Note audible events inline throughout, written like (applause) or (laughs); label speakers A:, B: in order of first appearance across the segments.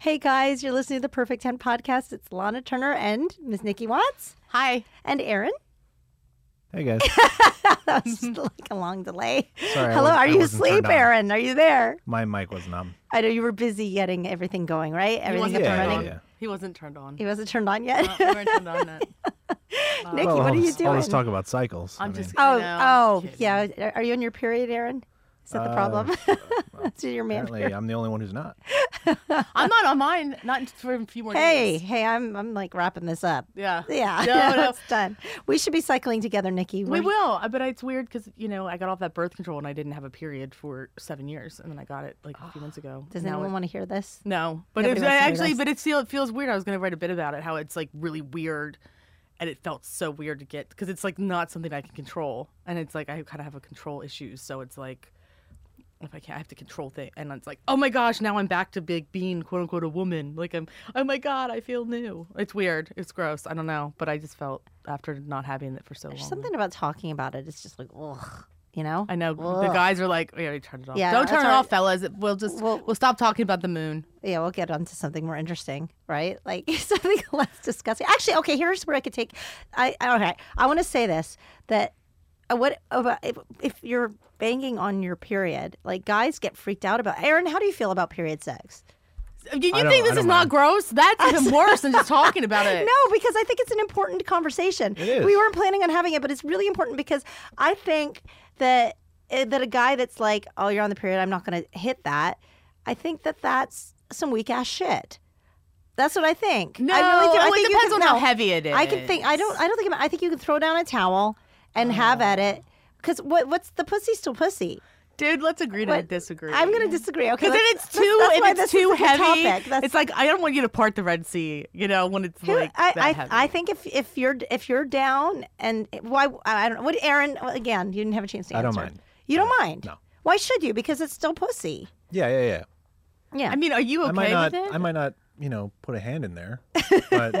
A: Hey guys, you're listening to the Perfect 10 podcast. It's Lana Turner and Miss Nikki Watts
B: Hi.
A: and Aaron.
C: Hey guys,
A: (laughs) That was just like a long delay.
C: Sorry, I
A: Hello,
C: was-
A: are
C: I
A: you
C: wasn't turned
A: asleep,
C: on.
A: Aaron? Are you there?
C: my mic was numb.
A: I know you were busy getting everything going, right? Everything
B: he
A: up
C: Yeah,
B: wasn't
A: and
B: turned
A: running.
B: on.
C: yeah.
B: He wasn't turned on.
A: He wasn't turned on yet.
B: Uh,
A: (laughs)
B: we weren't turned on yet. Uh,
A: Nikki,
C: well,
A: what
C: all
A: are you
C: this, All this
A: doing?
C: talk about cycles.
B: I'm just.
A: oh,
B: no,
A: oh,
B: kidding.
A: yeah. Are- Are you on your period, Aaron? Is that the
C: Uh, (laughs)
A: problem? (laughs) That's your man.
C: apparently
B: uh,
C: I'm the only one who's not.
B: I'm not on mine. Not for a few more
A: Hey,
B: days.
A: hey, I'm I'm like wrapping this up.
B: Yeah.
A: Yeah, (laughs)
B: No, no.
A: it's done. We should be cycling together, Nikki.
B: We
A: We're-
B: will. I But it's weird because you know I got off that birth control and I didn't have a period for seven years, and then I got it like a
A: (gasps)
B: few months ago.
A: Does
B: Now
A: anyone
B: it-
A: want to hear this?
B: No, but
A: Nobody
B: it's
A: wants to hear
B: actually,
A: this.
B: but it still it feels weird. I was going to write a bit about it, how it's like really weird, and it felt so weird to get because it's like not something I can control, and it's like I kind of have a control issues, so it's like if I can't, I have to control things, and it's like oh my gosh, now I'm back to big being quote unquote a woman. Like I'm oh my god, I feel new. It's weird. It's gross. I don't know, but I just felt after not having it for so
A: There's
B: long.
A: something about talking about it. It's just like, ugh, you know.
B: I know the
A: Ugh.
B: guys are like, we already turned it off.
A: Yeah,
B: don't
A: it's
B: turn it
A: alright.
B: off, fellas. It- We'll just
A: Well-
B: we'll stop talking about the moon.
A: yeah, we'll get onto something more interesting, right? Like (laughs) something less disgusting. Actually, okay, here's where I could take. I I- okay, I want to say this that uh, what about if, if you're banging on your period? Like guys get freaked out about. Aaron, how do you feel about period sex?
B: Uh, You, you
C: I don't-
B: think
C: I
B: this
C: don't
B: is not
C: mind.
B: gross? That's even worse than just talking
A: (laughs)
B: about it.
A: No, because I think it's an important conversation.
C: It is.
A: We weren't planning on having it, but it's really important because I think that eh, that a guy that's like, "Oh, you're on the period. I'm not going to hit that." I think that that's some weak ass shit. That's what I think.
B: No,
A: I really do. I
B: well, it
A: think you
B: depends
A: can-
B: on how
A: no.
B: heavy it
A: I can think. I don't. I don't think. about- I think you can throw down a towel and have at
B: Oh.
A: it. Because what, what's the pussy still pussy?
B: Dude, let's agree to
A: What-
B: disagree.
A: I'm going to disagree. Okay,
B: Because
A: let's-
B: if it's
A: that's-
B: too,
A: that's why
B: if it's
A: this
B: too
A: isn't a
B: heavy,
A: topic. That's-
B: it's like I don't want you to part the Red Sea. You know, when it's
A: Who-
B: like
A: I,
B: that
A: I,
B: heavy.
A: I think if, if you're if you're down and why I don't know what Aaron well, again you didn't have a chance to
C: I
A: answer.
C: don't mind.
A: You don't mind.
C: No.
A: Why should you? Because it's still pussy.
C: Yeah, yeah, yeah.
A: Yeah.
B: I mean, are you okay
C: I might not.
B: with it?
C: I might not. You know, put a hand in there. But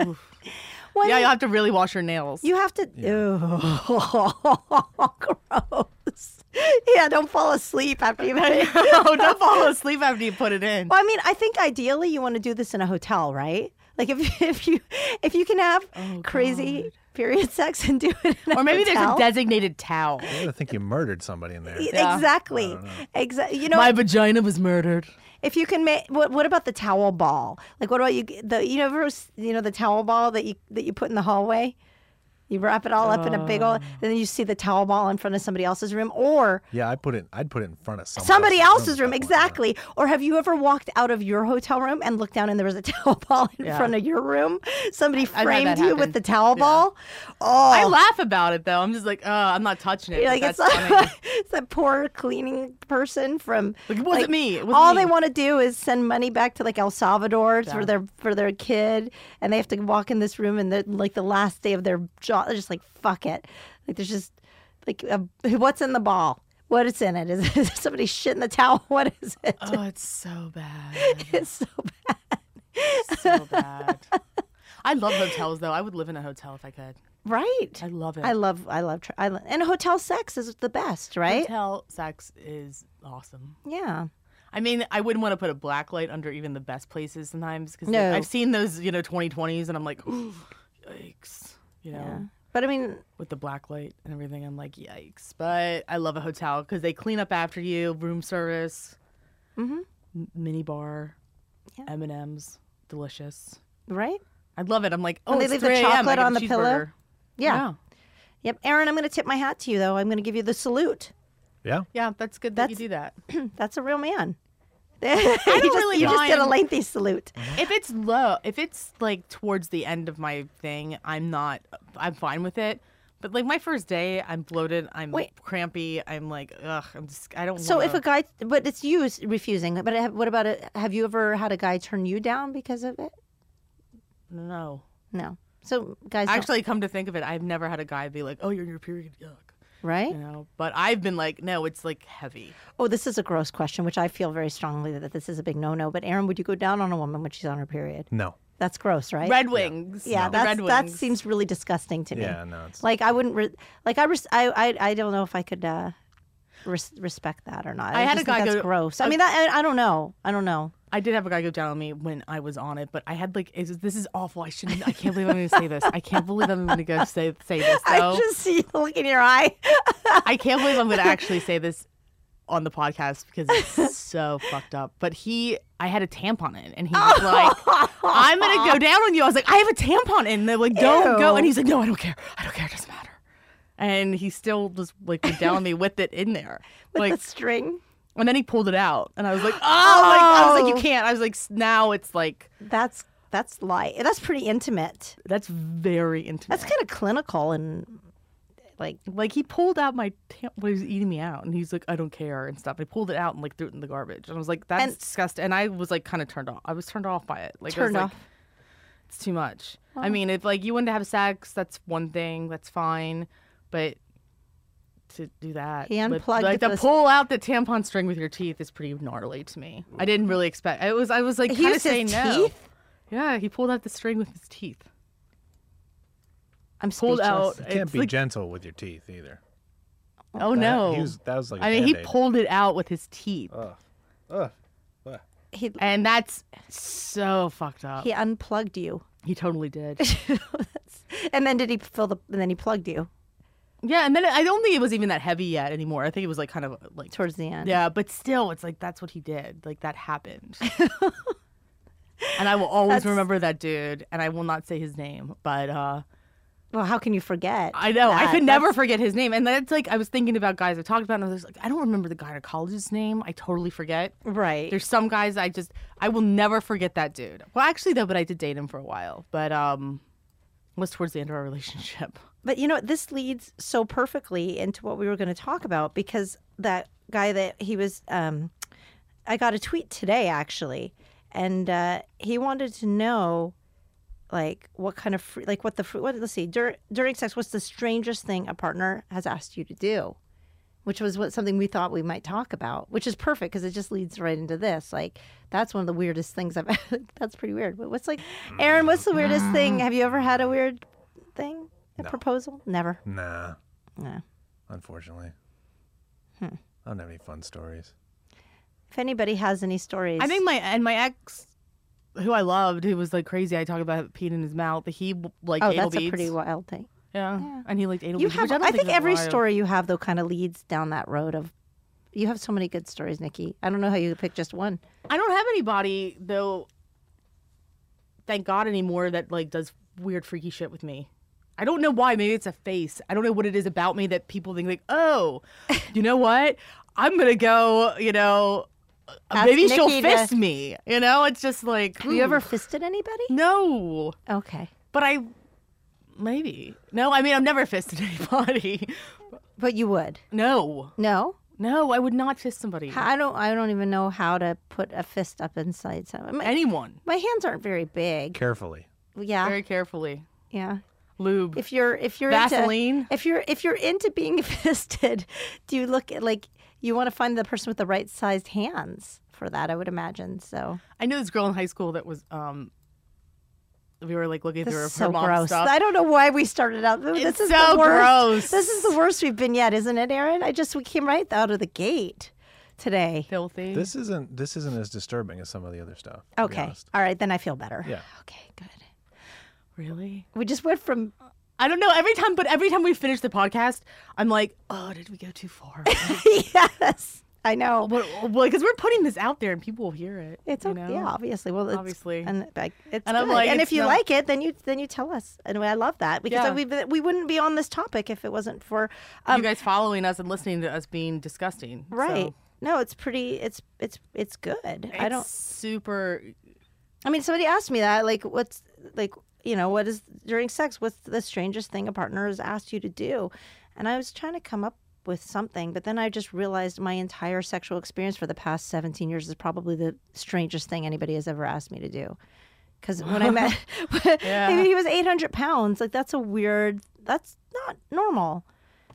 A: Well,
B: yeah, you have to really wash your nails.
A: you have to. Ew. (laughs) gross. Yeah. Don't fall asleep after
B: (laughs)
A: you. well,
B: (laughs)
A: (laughs)
B: no, don't (laughs) fall asleep after you put it in.
A: I mean, I think ideally you want to do this in a hotel, right? Like if (laughs) if you if you can have crazy period sex and do it, in
B: Oh, Or maybe there's a
A: hotel. E,
B: designated towel.
C: I gotta think you murdered somebody in there.
B: Yeah.
A: Exactly. Exactly. You know,
B: My vagina was murdered.
A: If you can make what, what about the towel ball? Like what about you the you know ever s- you know the towel ball that you that you put in the hallway? You wrap it all up in a big old and
B: Oh.
A: then you see the towel ball in front of somebody else's room or
C: Yeah, I put it. I'd put it in front of someone
A: somebody else's room,
C: at that point,
A: exactly. Or have you ever walked out of your hotel room and looked down and there was a (laughs) towel ball in
B: Yeah.
A: front of your room? Somebody
B: had that
A: framed you
B: happen.
A: with the towel
B: Yeah.
A: ball?
B: I
A: Oh,
B: laugh about it though. I'm just like, oh, I'm not touching it.
A: You're
B: but
A: like it's,
B: that's
A: like,
B: funny.
A: (laughs) it's that poor cleaning person from.
B: Like, it wasn't me, it wasn't
A: all they
B: me.
A: want to do is send money back to like El Salvador for their for their kid, and they have to walk in this room and they're like the last day of their job. They're just like fuck it. Like there's just like a, (laughs) what's in the ball? What is in it? Is, (laughs) is somebody shit in the towel? (laughs) What is it?
B: oh, it's so bad.
A: It's so bad.
B: so bad. I love hotels though. I would live in a hotel if I could.
A: Right.
B: I love it.
A: I love I love tr- I lo- and hotel sex is the best, right?
B: Hotel sex is awesome.
A: Yeah.
B: I mean, I wouldn't want to put a black light under even the best places sometimes because
A: No.
B: I've seen those, you know, 2020s and I'm like, ooh, yikes, you know,
A: But I mean,
B: with the black light and everything. I'm like, yikes. But I love a hotel because they clean up after you, room service, m- mini bar,
A: Mm-hmm. Yeah.
B: M&M's, delicious.
A: right?
B: I love it. I'm like, oh,
A: they
B: it's
A: leave the
B: 3 a.m., I
A: chocolate
B: get a
A: on the pillow?
B: cheeseburger.
A: yeah. Yep, Aaron, I'm going to tip my hat to you though. I'm going to give you the salute.
C: Yeah.
B: Yeah, that's good that you do that.
A: That's a real man. (laughs) you just,
B: really
A: you just did a
B: mind.
A: lengthy salute.
B: if it's low, if it's like towards the end of my thing, I'm not, I'm fine with it. But like my first day, I'm bloated, I'm
A: Wait.
B: crampy, I'm like, ugh, I'm just, I don't.
A: So
B: wanna...
A: if a guy, but it's you is refusing. But have- what about it? Have you ever had a guy turn you down because of it?
B: no,
A: No. So guys, don't-
B: actually, come to think of it, I've never had a guy be like, oh, you're in your period, yuck.
A: right?
B: You know, but I've been like, no, it's like heavy.
A: Oh, this is a gross question, which I feel very strongly that this is a big no-no. But Aaron, would you go down on a woman when she's on her period?
C: No.
A: That's gross, right?
B: Red Wings.
A: yeah,
B: the
A: that's,
B: Red
A: that
B: Wings.
A: seems really disgusting to me.
C: Yeah. No. It's,
A: Like I wouldn't, re- like I, res- I, I, I don't know if I could uh, res- respect that or not.
B: I had
A: just
B: a
A: think
B: guy
A: that's
B: go-
A: gross. I
B: a- (laughs)
A: mean, that I, I don't know. I don't know.
B: I did have a guy go down on me when I was on it, but I had like, is, this is awful. I shouldn't. I can't believe I'm going to say this. I can't believe I'm going to go say say this.
A: (laughs) I
B: Though.
A: just see the look in your eye. (laughs)
B: I can't believe I'm going to actually say this on the podcast because
A: (laughs)
B: it's so fucked up. But he, I had a tampon in, and he
A: Oh.
B: was like, "I'm
A: (laughs)
B: going to go down on you." I was like, "I have a tampon in." They're like, "Don't go,"
A: Ew.
B: and he's like, "No, I don't care. I don't care. It doesn't matter." And he still just like went down on me with it
A: (laughs)
B: in there, like,
A: the string.
B: and then he pulled it out, and I was like, "Oh, like, I was like,
A: Oh.
B: you can't." I was like, s- "Now it's like
A: That's that's light. That's pretty intimate.
B: that's very intimate."
A: That's kind of clinical and like
B: like he pulled out my tam- when he was eating me out, and he's like, "I don't care" and stuff. I pulled it out and like threw it in the garbage, and I was like, "That's
A: And-
B: disgusting." And I was like, kind of turned off. I was turned off by it. Like, I was
A: turned
B: like,
A: off.
B: It's too much. I mean, if like you wanted to have sex, that's one thing. That's fine, but to do that,
A: He
B: with-
A: unplugged
B: like
A: the-
B: to pull out the tampon string with your teeth is pretty gnarly to me. I didn't really expect. I was I was like
A: He
B: kind of
A: used his
B: saying no.
A: teeth?
B: Yeah, he pulled out the string with his teeth.
A: I'm
B: Pulled
A: speechless.
B: out.
C: You can't
B: it's
C: be
B: like-
C: gentle with your teeth either.
B: oh
C: That-
B: no!
C: he was- that was like. I
B: I mean, he pulled it out with his teeth.
C: Ugh.
A: He
B: And that's so fucked up.
A: he unplugged you. (laughs)
B: He totally did.
A: and then did he fill the? And then he plugged you
B: (laughs) yeah, and then I don't think it was even that heavy yet anymore. I think it was like kind of like
A: towards the end.
B: yeah, but still, it's like that's what he did. Like
A: (laughs)
B: that happened. and I will always
A: That's-
B: remember that dude, and I will not say his name, but uh
A: Well, how can you forget?
B: I know I
A: that?
B: could never
A: That's-
B: forget his name. And that's like I was thinking about guys I talked about, and I was like, I don't remember the gynecologist's name. I totally forget.
A: Right.
B: There's some guys I just I will never forget that dude. Well, actually though, but I did date him for a while, but um, it was towards the end of our (laughs) relationship.
A: But you know, what? this leads so perfectly into what we were going to talk about because that guy that he was, um, I got a tweet today actually, and uh, he wanted to know, like, what kind of free, like what the free, what let's see dur- during sex, what's the strangest thing a partner has asked you to do, which was what something we thought we might talk about, which is perfect because it just leads right into this. Like, that's one of the weirdest things I've. (laughs) that's pretty weird. What- What's like, Aaron? What's the weirdest thing? Have you ever had a weird thing? A proposal? Never.
C: Nah.
A: Nah.
C: Unfortunately. I don't have any fun stories.
A: If anybody has any stories,
B: I think my and my ex, who I loved, who was like crazy. I talk about peeing in his mouth. He like
A: oh,
B: anal
A: that's
B: beads.
A: a pretty wild thing.
B: yeah. and he liked anal
A: You
B: beads.
A: have,
B: which I, don't
A: I think
B: is
A: every
B: wild.
A: story you have though kind of leads down that road of. You have so many good stories, Nikki. I don't know how you pick just one.
B: I don't have anybody though. Thank God anymore that like does weird freaky shit with me. I don't know why. Maybe it's a face. I don't know what it is about me that people think like, oh, you know what? I'm gonna go. You know,
A: Ask
B: maybe she'll
A: Nikki to-
B: fist me. You know, it's just like
A: Have you ever
B: ooh,
A: fisted anybody?
B: no.
A: Okay,
B: But I maybe. No, I mean I've never fisted (laughs) anybody.
A: but you would.
B: No.
A: No,
B: No, I would not fist somebody.
A: I don't. I don't even know how to put a fist up inside someone. My,
B: Anyone.
A: my hands aren't very big.
C: Carefully.
A: Yeah,
B: Very carefully.
A: yeah.
B: Lube.
A: If you're if you're
B: Vaseline?
A: into, if you're if you're into being (laughs) fisted, do you look at like you want to find the person with the right sized hands for that? I would imagine so.
B: I knew this girl in high school that was um we were like looking
A: This
B: through
A: is
B: her
A: so
B: mom's
A: gross.
B: stuff.
A: I don't know why we started out. This
B: It's
A: is
B: so
A: the worst.
B: gross.
A: This is the worst we've been yet, isn't it, Aaron? I just we came right out of the gate today.
B: Filthy.
C: This isn't this isn't as disturbing as some of the other stuff. to be
A: Okay.
C: honest.
A: All right, then I feel better.
C: Yeah.
A: Okay, good.
B: really?
A: We just went from (laughs)
B: I don't know. Every time but every time we finish the podcast, I'm like, oh, did we go
A: (laughs)
B: too far?
A: yes. I know.
B: Because we're putting this out there and people will hear it.
A: It's
B: you
A: okay.
B: know?
A: Yeah, obviously. Well, it's,
B: Obviously.
A: and like, it's
B: And I'm
A: good.
B: like,
A: and if
B: it's
A: you
B: not-
A: like it, then you then you tell us. Anyway, I love that because
B: Yeah.
A: we we wouldn't be on this topic if it wasn't for um,
B: you guys following us and listening to us being disgusting. so-
A: right. No, it's pretty. It's it's it's good. I
B: It's
A: don't.
B: super
A: I mean, somebody asked me that. Like, what's like you know what is during sex? What's the strangest thing a partner has asked you to do? And I was trying to come up with something, but then I just realized my entire sexual experience for the past seventeen years is probably the strangest thing anybody has ever asked me to do. Because when I met, (laughs) I mean, he was eight hundred pounds. Like that's a weird. That's not normal.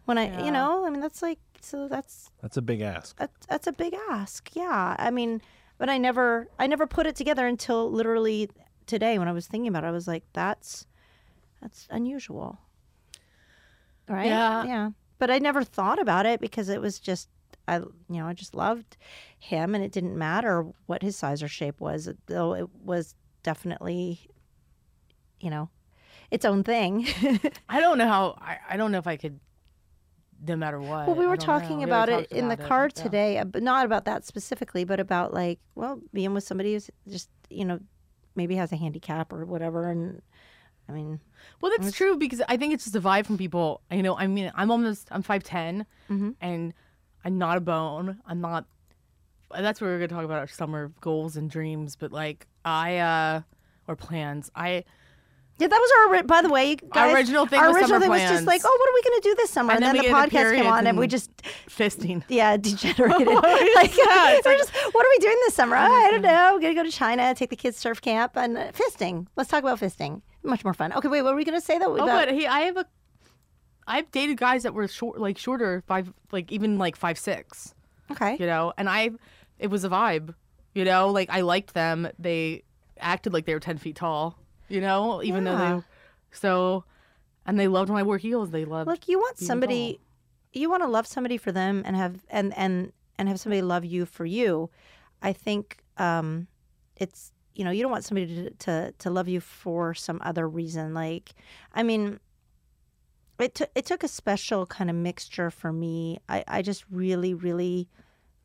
A: When I, you know, I mean, that's like so. That's
C: That's a big ask.
A: that's that's a big ask. Yeah, I mean, but I never I never put it together until literally today when I was thinking about it. I was like, that's that's unusual, right?
B: Yeah.
A: yeah. But I never thought about it because it was just I you know I just loved him, and it didn't matter what his size or shape was, though it was definitely, you know, its own thing. (laughs)
B: I don't know how. I, I don't know if I could. No matter what.
A: Well, we
B: I
A: were
B: don't know.
A: talking
B: Yeah, we
A: about it
B: talked
A: in the
B: about it,
A: car
B: yeah.
A: today, uh, but not about that specifically, but about like, well, being with somebody who's just, you know, maybe has a handicap or whatever. And I mean,
B: Well, that's true because I think it's just a vibe from people. You know, I mean, I'm almost I'm 5'10",
A: Mm-hmm.
B: and I'm not a bone. I'm not. That's where we're gonna talk about our summer goals and dreams, but like I uh or plans. I
A: yeah, that was our, ori- by the way, you guys,
B: original thing
A: our
B: was
A: original
B: summer
A: thing was just
B: plans.
A: like, oh, what are we going to do this summer?
B: And
A: And,
B: then
A: then,
B: we
A: the
B: get into
A: podcast came on
B: periods
A: and we
B: and-
A: just, (laughs)
B: fisting.
A: yeah,
B: (laughs)
A: degenerated. like, (laughs) we're just, what are we doing this summer? Oh, I don't know. We're going to go to China, take the kids surf camp and uh, fisting. Let's talk about fisting. Much more fun. Okay, wait, what were we going to say though?
B: Oh,
A: about-
B: but he, I have a. I've dated guys that were short, like shorter, five, like even like five six.
A: okay.
B: (laughs) you know and i it was a vibe you know like i liked them they acted like they were 10 feet tall you know even though
A: Yeah.
B: they so and they loved when i wore heels they loved
A: Look, you want
B: being
A: somebody, you want to love somebody for them, and have and and and have somebody love you for you. I think um, it's you know you don't want somebody to, to to love you for some other reason. Like, I mean, it took it took a special kind of mixture for me. I I just really really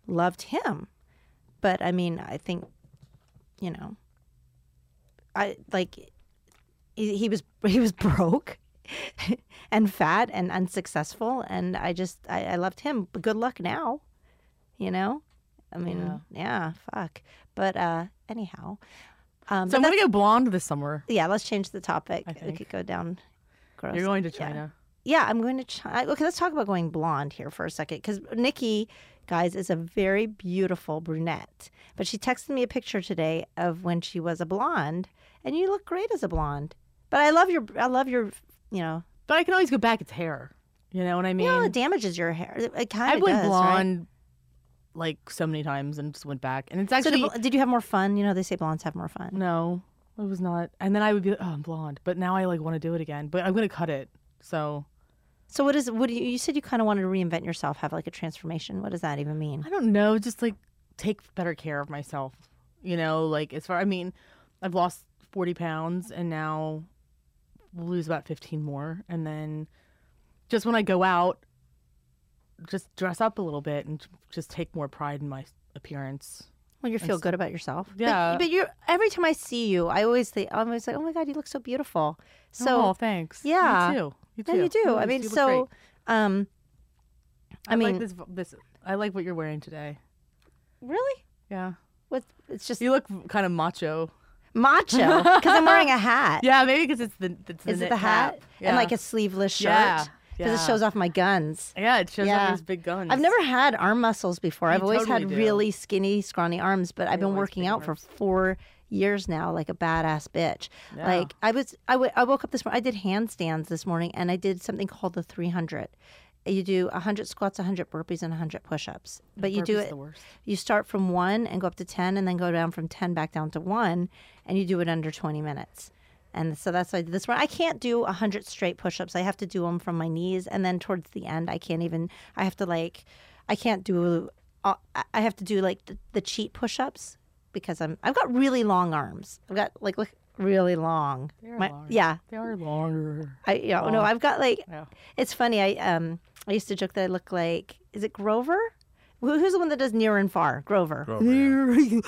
A: loved him, but I mean I think you know I like he, he was (laughs) he was broke (laughs) and fat and unsuccessful and i just I, I loved him but good luck now you know i mean yeah, fuck but uh anyhow um
B: so
A: but
B: i'm
A: that-
B: gonna go blonde this summer
A: yeah let's change the topic
B: I
A: we
B: think.
A: could go down gross
B: you're going to
A: yeah.
B: china
A: yeah, I'm going to try. Okay, let's talk about going blonde here for a second because Nikki, guys, is a very beautiful brunette. But she texted me a picture today of when she was a blonde, and you look great as a blonde. But I love your, I love your, you know,
B: but i can always go back it's hair you know what i mean
A: yeah, it damages your hair. It, it kind
B: i
A: of
B: went
A: does, right?
B: blonde like so many times and just went back and it's
A: So
B: actually
A: did, bl- did you have more fun? You know, they say blondes have more fun.
B: no it was not and then i would be like oh i'm blonde but now i like want to do it again but i'm gonna cut it so
A: So what is? What do you? You said you kind of wanted to reinvent yourself, have like a transformation. What does that even mean?
B: I don't know, just like take better care of myself. You know, like as far I mean, I've lost 40 pounds and now will lose about 15 more and then just when I go out just dress up a little bit and just take more pride in my appearance.
A: Well, you feel good about yourself. But-
B: Yeah.
A: But, you every time I see you, I always think, I'm always like, oh my God, you look so beautiful. So,
B: oh, thanks.
A: yeah.
B: You too. You
A: yeah,
B: too.
A: you do.
B: You
A: I
B: look-
A: mean,
B: you look
A: so,
B: great.
A: um, I,
B: like
A: mean,
B: this this I like what you're wearing today.
A: really?
B: Yeah.
A: What, it's just
B: You (laughs) look kind of macho.
A: macho because I'm wearing a hat.
B: Yeah, maybe because it's the it's the
A: Is it
B: knit
A: the hat?
B: cap.
A: And like
B: Yeah.
A: a sleeveless shirt.
B: Yeah,
A: Because
B: yeah.
A: it shows off my guns.
B: Yeah, it shows
A: Yeah.
B: up as big guns.
A: I've never had arm muscles before. I've always
B: totally
A: had
B: do.
A: really skinny, scrawny arms, but I've been
B: always
A: working
B: big
A: out for four years now, like a badass bitch.
B: Yeah.
A: Like I was, I wa- I woke up this morning. I did handstands this morning, and I did something called the 300. You do 100 squats, 100 burpees, and 100 push-ups. But you do
B: Burpee's
A: it.
B: the worst.
A: You start from one and go up to 10, and then go down from 10 back down to one, and you do it under 20 minutes. And so that's why I did this one. I can't do 100 straight push ups. I have to do them from my knees. And then towards the end, I can't even, I have to like, I can't do, uh, I have to do like the, the cheat push ups because I'm, I've got really long arms. I've got like, look, really long.
B: They are
A: My-
B: large.
A: Yeah.
B: They are longer.
A: I, you know,
B: Oh.
A: no, I've got like,
B: Yeah.
A: it's funny. I, um, I used to joke that I look like, is it Grover? Who, who's the one that does near and far? Grover (laughs)
C: Grover, yeah.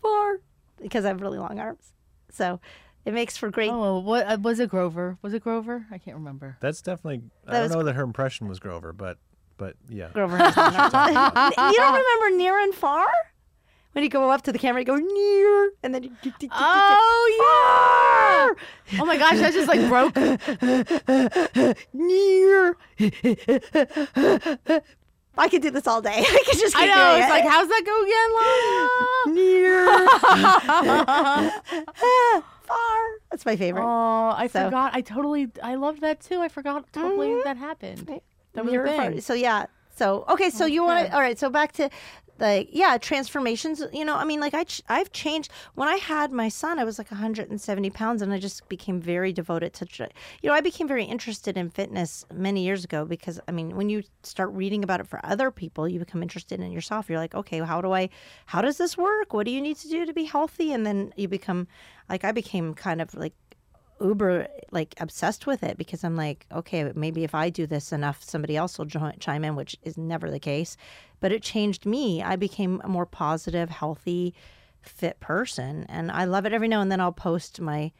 B: Far.
A: because I have really long arms. So it makes for great.
B: Oh, what uh, was it? Grover? Was it Grover? I can't remember.
C: That's definitely.
A: That
C: I don't
A: was-
C: know that her impression was Grover, but but yeah.
A: (laughs) Grover has long (laughs)
B: (laughs)
A: arms. you don't remember near and far? When you go up to the camera, you go near, and then you.
B: Ah! Oh yeah! oh my gosh, that just like broke.
A: (laughs) near. (laughs) I could do this all day. (laughs) I could just.
B: I
A: keep
B: know.
A: doing
B: It's
A: it.
B: like how's that go again? (laughs)
A: near, far. That's my (laughs) favorite.
B: oh, I
A: So- Mm-hmm.
B: forgot. I totally. I loved that too. I forgot totally that happened. That was a
A: Near and far.
B: thing.
A: So yeah. So okay, so you want to all right? So back to like yeah, transformations. You know, I mean, like I ch- I've changed. When I had my son, I was like 170 pounds, and I just became very devoted to. tr- You know, I became very interested in fitness many years ago because I mean, when you start reading about it for other people, you become interested in yourself. You're like, okay, how do I? How does this work? What do you need to do to be healthy? And then you become like I became kind of like uber like obsessed with it because I'm like, okay, maybe if I do this enough, somebody else will jo- chime in, which is never the case. But it changed me. I became a more positive, healthy, fit person, and I love it. Every now and then, I'll post my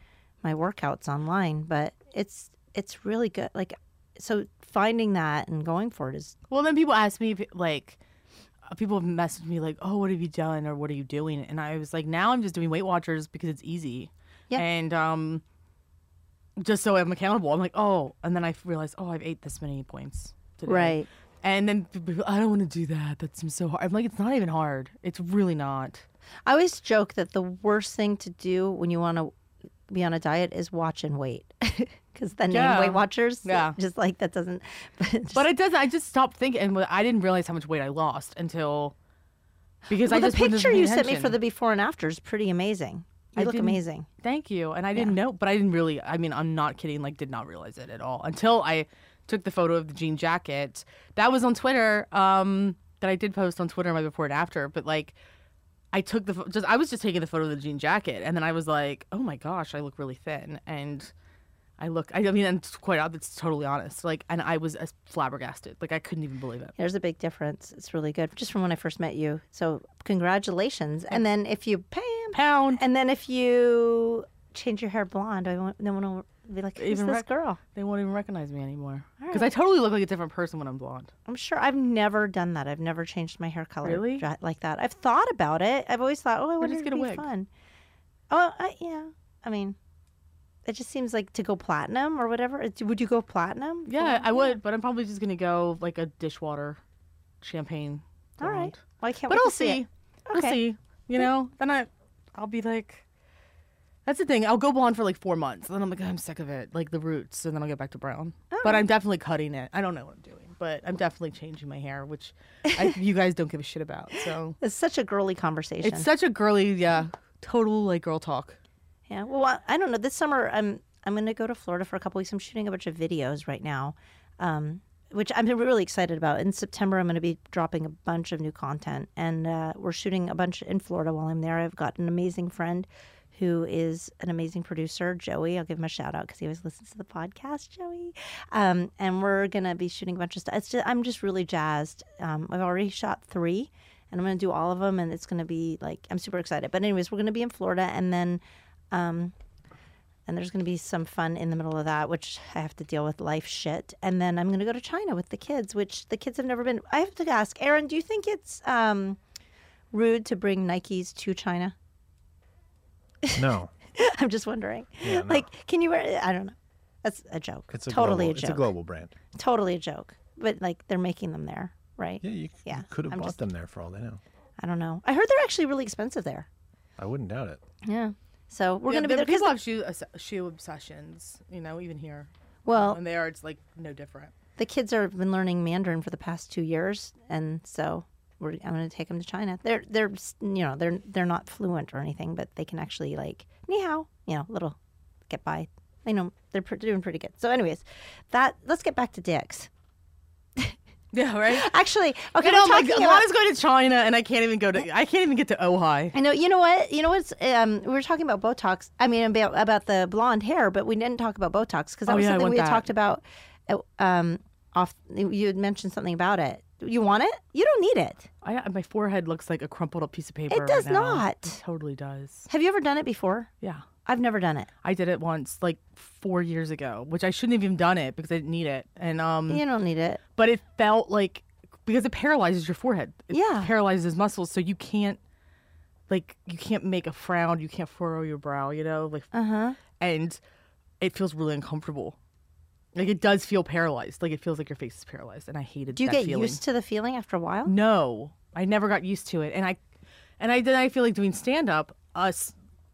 A: my workouts online, but it's it's really good. Like, so finding that and going for it is
B: Well, then people ask me like, uh, people have messaged me like, "Oh, what have you done?" or "What are you doing?" And I was like, "Now I'm just doing Weight Watchers because it's easy."
A: Yeah.
B: And um, just so I'm accountable, I'm like, "Oh," and then I realized, "Oh, I've ate this many points today." And then p- people, I don't want to do that. That seems so hard. I'm like, it's not even hard. It's really not.
A: I always joke that the worst thing to do when you want to be on a diet is watch and wait. (laughs) Because the name
B: Yeah.
A: Weight Watchers,
B: Yeah.
A: (laughs) just like that doesn't. just-
B: But it doesn't. I just stopped thinking, and wh- I didn't realize how much weight I lost until because
A: well,
B: I
A: the
B: just wasn't
A: picture
B: paying
A: you sent me for
B: attention.
A: the before and after is pretty amazing. You
B: I
A: look
B: didn't-
A: amazing.
B: Thank you. And I didn't know, but I didn't really, I mean, I'm not kidding, like, did not realize it at all until I took the photo of the jean jacket. That was on Twitter, um, that I did post on Twitter my before and after, but like, I took the, pho- just, I was just taking the photo of the jean jacket. And then I was like, oh my gosh, I look really thin. And I look, I mean, and it's quite, hon- it's totally honest. Like, and I was uh, flabbergasted. Like, I couldn't even believe it.
A: There's a big difference. It's really good, just from when I first met you. So congratulations. And then if you pam,
B: Pound.
A: and then if you change your hair blonde, I won't, no one will be like, "Who's
B: Even
A: this
B: rec-
A: girl?"
B: They won't even recognize me anymore. Because I totally look like a different person when I'm blonde.
A: I'm sure I've never done that. I've never changed my hair color
B: Really?
A: dra- like that. I've thought about it. I've always thought, "Oh, I wonder
B: just
A: if
B: get a
A: it'd be
B: wig.
A: fun." Oh, I, yeah. I mean, it just seems like to go platinum or whatever. It- Would you go platinum?
B: Yeah, I would, but I'm probably just gonna go like a dishwater champagne.
A: All
B: blonde.
A: right. Well, I can't.
B: but
A: wait
B: I'll
A: to see. it.
B: see. I'll
A: Okay.
B: see. You know, then I, I'll be like, that's the thing. I'll go blonde for like four months, and then I'm like, I'm sick of it, like the roots, and then I'll get back to brown. But I'm definitely cutting it. I don't know what I'm doing, but I'm definitely changing my hair, which
A: (laughs)
B: I, you guys don't give a shit about. So
A: It's such a girly conversation.
B: it's such a girly, yeah, total like girl talk.
A: yeah. Well, I, I don't know. This summer, I'm I'm going to go to Florida for a couple weeks. I'm shooting a bunch of videos right now, um, which I'm really excited about. In September, I'm going to be dropping a bunch of new content, and uh, we're shooting a bunch in Florida while I'm there. I've got an amazing friend who is an amazing producer, Joey. I'll give him a shout out because he always listens to the podcast, Joey. Um, and we're gonna be shooting a bunch of stuff. It's just, I'm just really jazzed. Um, I've already shot three, and I'm gonna do all of them, and it's gonna be like I'm super excited. But anyways, we're gonna be in Florida, and then. Um, and there's going to be some fun in the middle of that, which I have to deal with life shit. And then I'm going to go to China with the kids, which the kids have never been. I have to ask, Aaron, do you think it's um, rude to bring Nikes to China? (laughs)
C: No.
A: I'm just wondering.
C: Yeah, no.
A: Like, can you wear? I don't know. That's a joke.
C: It's a
A: totally
C: global,
A: a
C: It's a
A: joke.
C: global brand.
A: totally a joke. But like, they're making them there, right?
C: Yeah, you,
A: Yeah,
C: could have
A: I'm
C: bought
A: just-
C: them there for all they know.
A: I don't know. I heard they're actually really expensive there.
C: I wouldn't doubt it.
A: Yeah. So we're
B: Yeah,
A: going to be there.
B: but
A: 'cause
B: People have shoe obs- shoe obsessions, you know, even here.
A: the- well,
B: And they are, it's like no different.
A: the kids have been learning Mandarin for the past two years, and so we're, I'm going to take them to China. They're they're you know they're they're not fluent or anything, but they can actually like ni hao, you know, little get by. They know they're pr- doing pretty good. So, anyways, that let's get back to
B: (laughs)
A: dicks.
B: Yeah, right?
A: Actually, okay,
B: You know,
A: we're
B: I'm like,
A: talking about.
B: Alana's going to China, and I can't even go to. I can't even get to Ojai.
A: I know. You know what? You know what's? Um, we were talking about Botox. I mean, about, about the blonde hair, but we didn't talk about Botox because that
B: Oh,
A: was
B: yeah, I
A: something
B: want
A: we had
B: that.
A: talked about. uh, Um, off, you had mentioned something about it. You want it? You don't need it.
B: I, my forehead looks like a crumpled up piece of paper. right
A: does
B: now.
A: not.
B: It totally does.
A: Have you ever done it before?
B: Yeah,
A: I've never done it.
B: I did it once, like four years ago, which I shouldn't have even done it because I didn't need it. And um,
A: You don't need it.
B: but it felt like because it paralyzes your forehead. It
A: Yeah.
B: paralyzes muscles, so you can't like you can't make a frown. You can't furrow your brow. You know, like
A: Uh huh.
B: and it feels really uncomfortable. Like it does feel paralyzed. Like it feels like your face is paralyzed, and I hated.
A: Do you
B: that
A: get
B: feeling. Mm.
A: used to the feeling after a while?
B: No, I never got used to it, and I, and I then I feel like doing stand up, us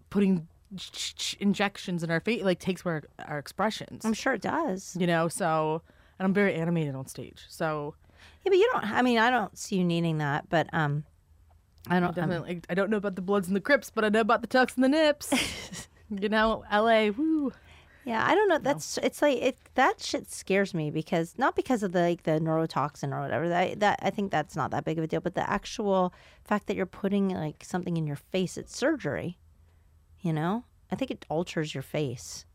B: putting ch- ch- ch- injections in our face like takes away our, our expressions,
A: I'm sure it does.
B: you know. So, and I'm very animated on stage, so
A: Yeah, but you don't. I mean, I don't see you needing that, but um, I don't. um, I'm-
B: Definitely. I don't know about the Bloods and the Crips, but I know about the Tucks and the Nips. you know, L.A. Woo.
A: yeah, I don't know. That's it's like it. That shit scares me because not because of the like the neurotoxin or whatever. That that I think that's not that big of a deal, but the actual fact that you're putting like something in your face at surgery, you know, I think it alters your face.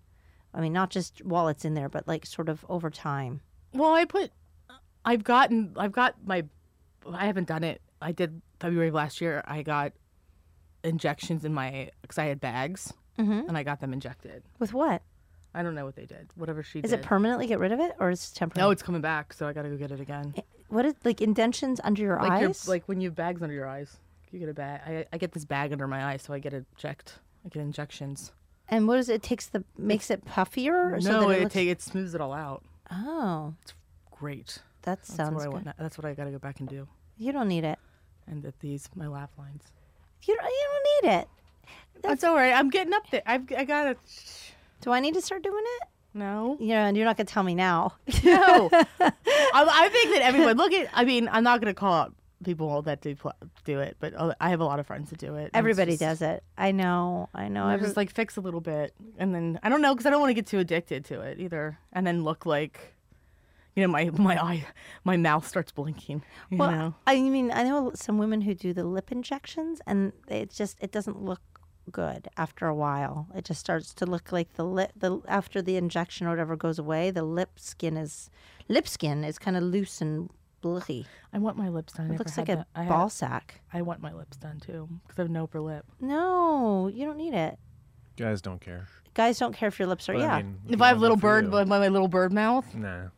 A: I mean, not just while it's in there, but like sort of over time.
B: Well, I put. I've gotten. I've got my. I haven't done it. I did February of last year. I got injections in my because I had bags
A: Mm-hmm.
B: and I got them injected.
A: With what?
B: I don't know what they did. Whatever she
A: Is
B: did.
A: it permanently get rid of it or is it temporary?
B: no, it's coming back, so I gotta go get it again.
A: What is like indentions under your
B: Like
A: Eh,
B: your,
A: eyes?
B: like when you have bags under your eyes, you get a bag. I, I get this bag under my eye, so I get inject. I get injections.
A: And what is it? Takes the makes it puffier.
B: No,
A: so that
B: it,
A: it looks-
B: ta- it smooths it all out.
A: Oh,
B: Great.
A: that
B: That's
A: sounds
B: what I want.
A: good.
B: now. That's what I gotta go back and do.
A: You don't need it.
B: And that these my laugh lines.
A: You don't, you don't need it.
B: That's all right. I'm getting up there. I've I gotta.
A: Do I need to start doing it?
B: No.
A: Yeah, and you're not gonna tell me now.
B: No. (laughs) I, I think that everyone look at. I mean, I'm not gonna call out people that do pl- do it, but uh, I have a lot of friends that do it. and it's
A: Everybody
B: just-
A: does it. I know. I know.
B: I
A: Every,
B: just like fix a little bit, and then I don't know because I don't want to get too addicted to it either, and then look like, you know, my my eye, my mouth starts blinking. You
A: well,
B: know,
A: I mean, I know some women who do the lip injections, and it just it doesn't look good after a while. It just starts to look like the lip the after the injection or whatever goes away, the lip skin is lip skin is kind of loose and blurry.
B: I want my lips done. I
A: It
B: never
A: looks like
B: had
A: a
B: that. I had-
A: ball sack.
B: I want my lips done too because I have no upper lip.
A: No, you don't need it.
C: Guys don't care.
A: Guys don't care if your lips are
C: But
A: yeah,
C: I mean,
B: If I have
C: look
B: little
C: for
B: bird,
C: you.
B: my, my little bird mouth.
C: nah,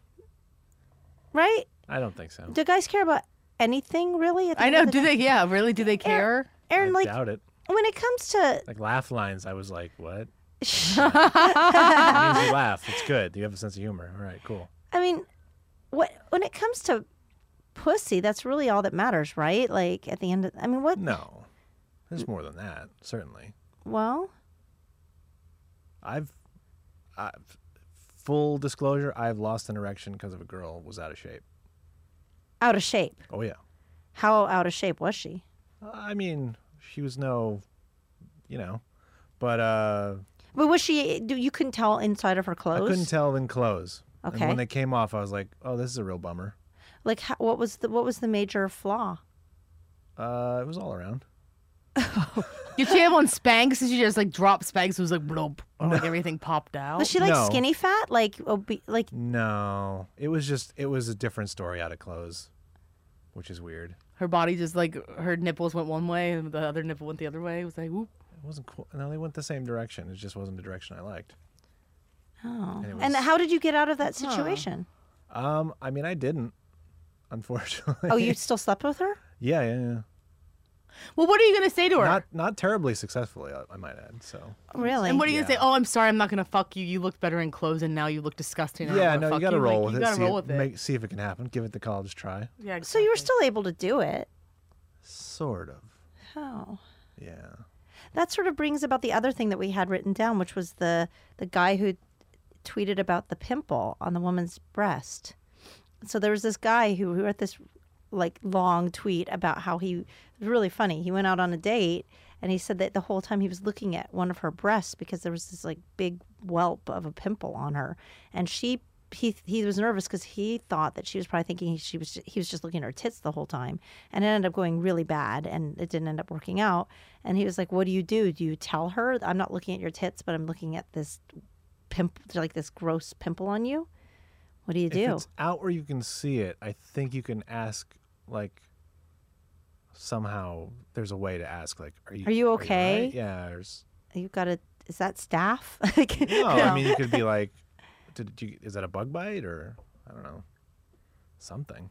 A: right?
C: I don't think so.
A: Do guys care about anything really? At the
B: I
A: end
B: know.
A: of the
B: Do
A: day?
B: they? Yeah, really? Do they care?
A: Aaron,
C: I
A: like
C: doubt it.
A: when it comes
B: (laughs)
A: to (laughs)
C: Like laugh lines, I was like, what? It
A: Ah.
C: means you laugh. It's good. You have a sense of humor. All right, cool.
A: I mean, what when it comes to pussy, that's really all that matters, right? Like at the end of I mean, what
C: No, there's more than that. Certainly,
A: well,
C: I've, I've full disclosure, I've lost an erection because of a girl was out of shape.
A: out of shape.
C: Oh yeah.
A: How out of shape was she?
C: I mean, she was no, you know, but uh,
A: But was she do you couldn't tell inside of her clothes?
C: I couldn't tell in clothes. And
A: Okay.
C: when they came off, I was like, oh, this is a real bummer.
A: Like how, what was the what was the major flaw?
C: Uh, it was all around.
B: Did she have on Spanx? Did she just like drop Spanx? It was like bloop, and, like everything popped out.
A: Was she like
C: no.
A: skinny fat? Like obe- like
C: No, it was just it was a different story out of clothes, which is weird.
B: her body just like her nipples went one way and the other nipple went the other way. It was like whoop.
C: It wasn't cool. No, they went the same direction. It just wasn't the direction I liked.
A: oh.
C: And it
A: And
C: was-
A: how did you get out of that situation?
C: Um, I mean, I didn't, (laughs) unfortunately.
A: Oh, you still slept with her?
C: yeah, yeah, yeah.
B: Well, what are you gonna say to her?
C: Not not terribly successfully, I, I might add. So
A: Really?
B: And what are you gonna
C: Yeah.
B: say? Oh, I'm sorry, I'm not gonna fuck you. You looked better in clothes, and now you look disgusting. and I
C: yeah,
B: don't wanna
C: no, you
B: fuck
C: got to
B: Like,
C: roll with
B: you
C: it.
B: gotta
C: see
B: roll
C: it,
B: with it.
C: Make, see if it can happen. Give it the college try.
B: yeah,
A: so you were
B: exactly.
A: still able to do it.
C: Sort of.
A: Oh.
C: Yeah.
A: That sort of brings about the other thing that we had written down, which was the the guy who tweeted about the pimple on the woman's breast. So there was this guy who, who wrote this like long tweet about how he it was really funny. He went out on a date and he said that the whole time he was looking at one of her breasts because there was this like big whelp of a pimple on her, and she he he was nervous because he thought that she was probably thinking he, she was he was just looking at her tits the whole time, and it ended up going really bad, and it didn't end up working out. And he was like, "What do you do? Do you tell her I'm not looking at your tits, but I'm looking at this pimple, like this gross pimple on you? What do you do?"
C: If it's out where you can see it, I think you can ask like somehow there's a way to ask like are you
A: Are you
C: all
A: okay?
C: right? Yeah. Or,
B: (laughs)
C: s-
A: you've got to is that staff (laughs) like
C: no, I mean you could
B: (laughs)
C: be like did you is that a bug bite or I don't know. Something.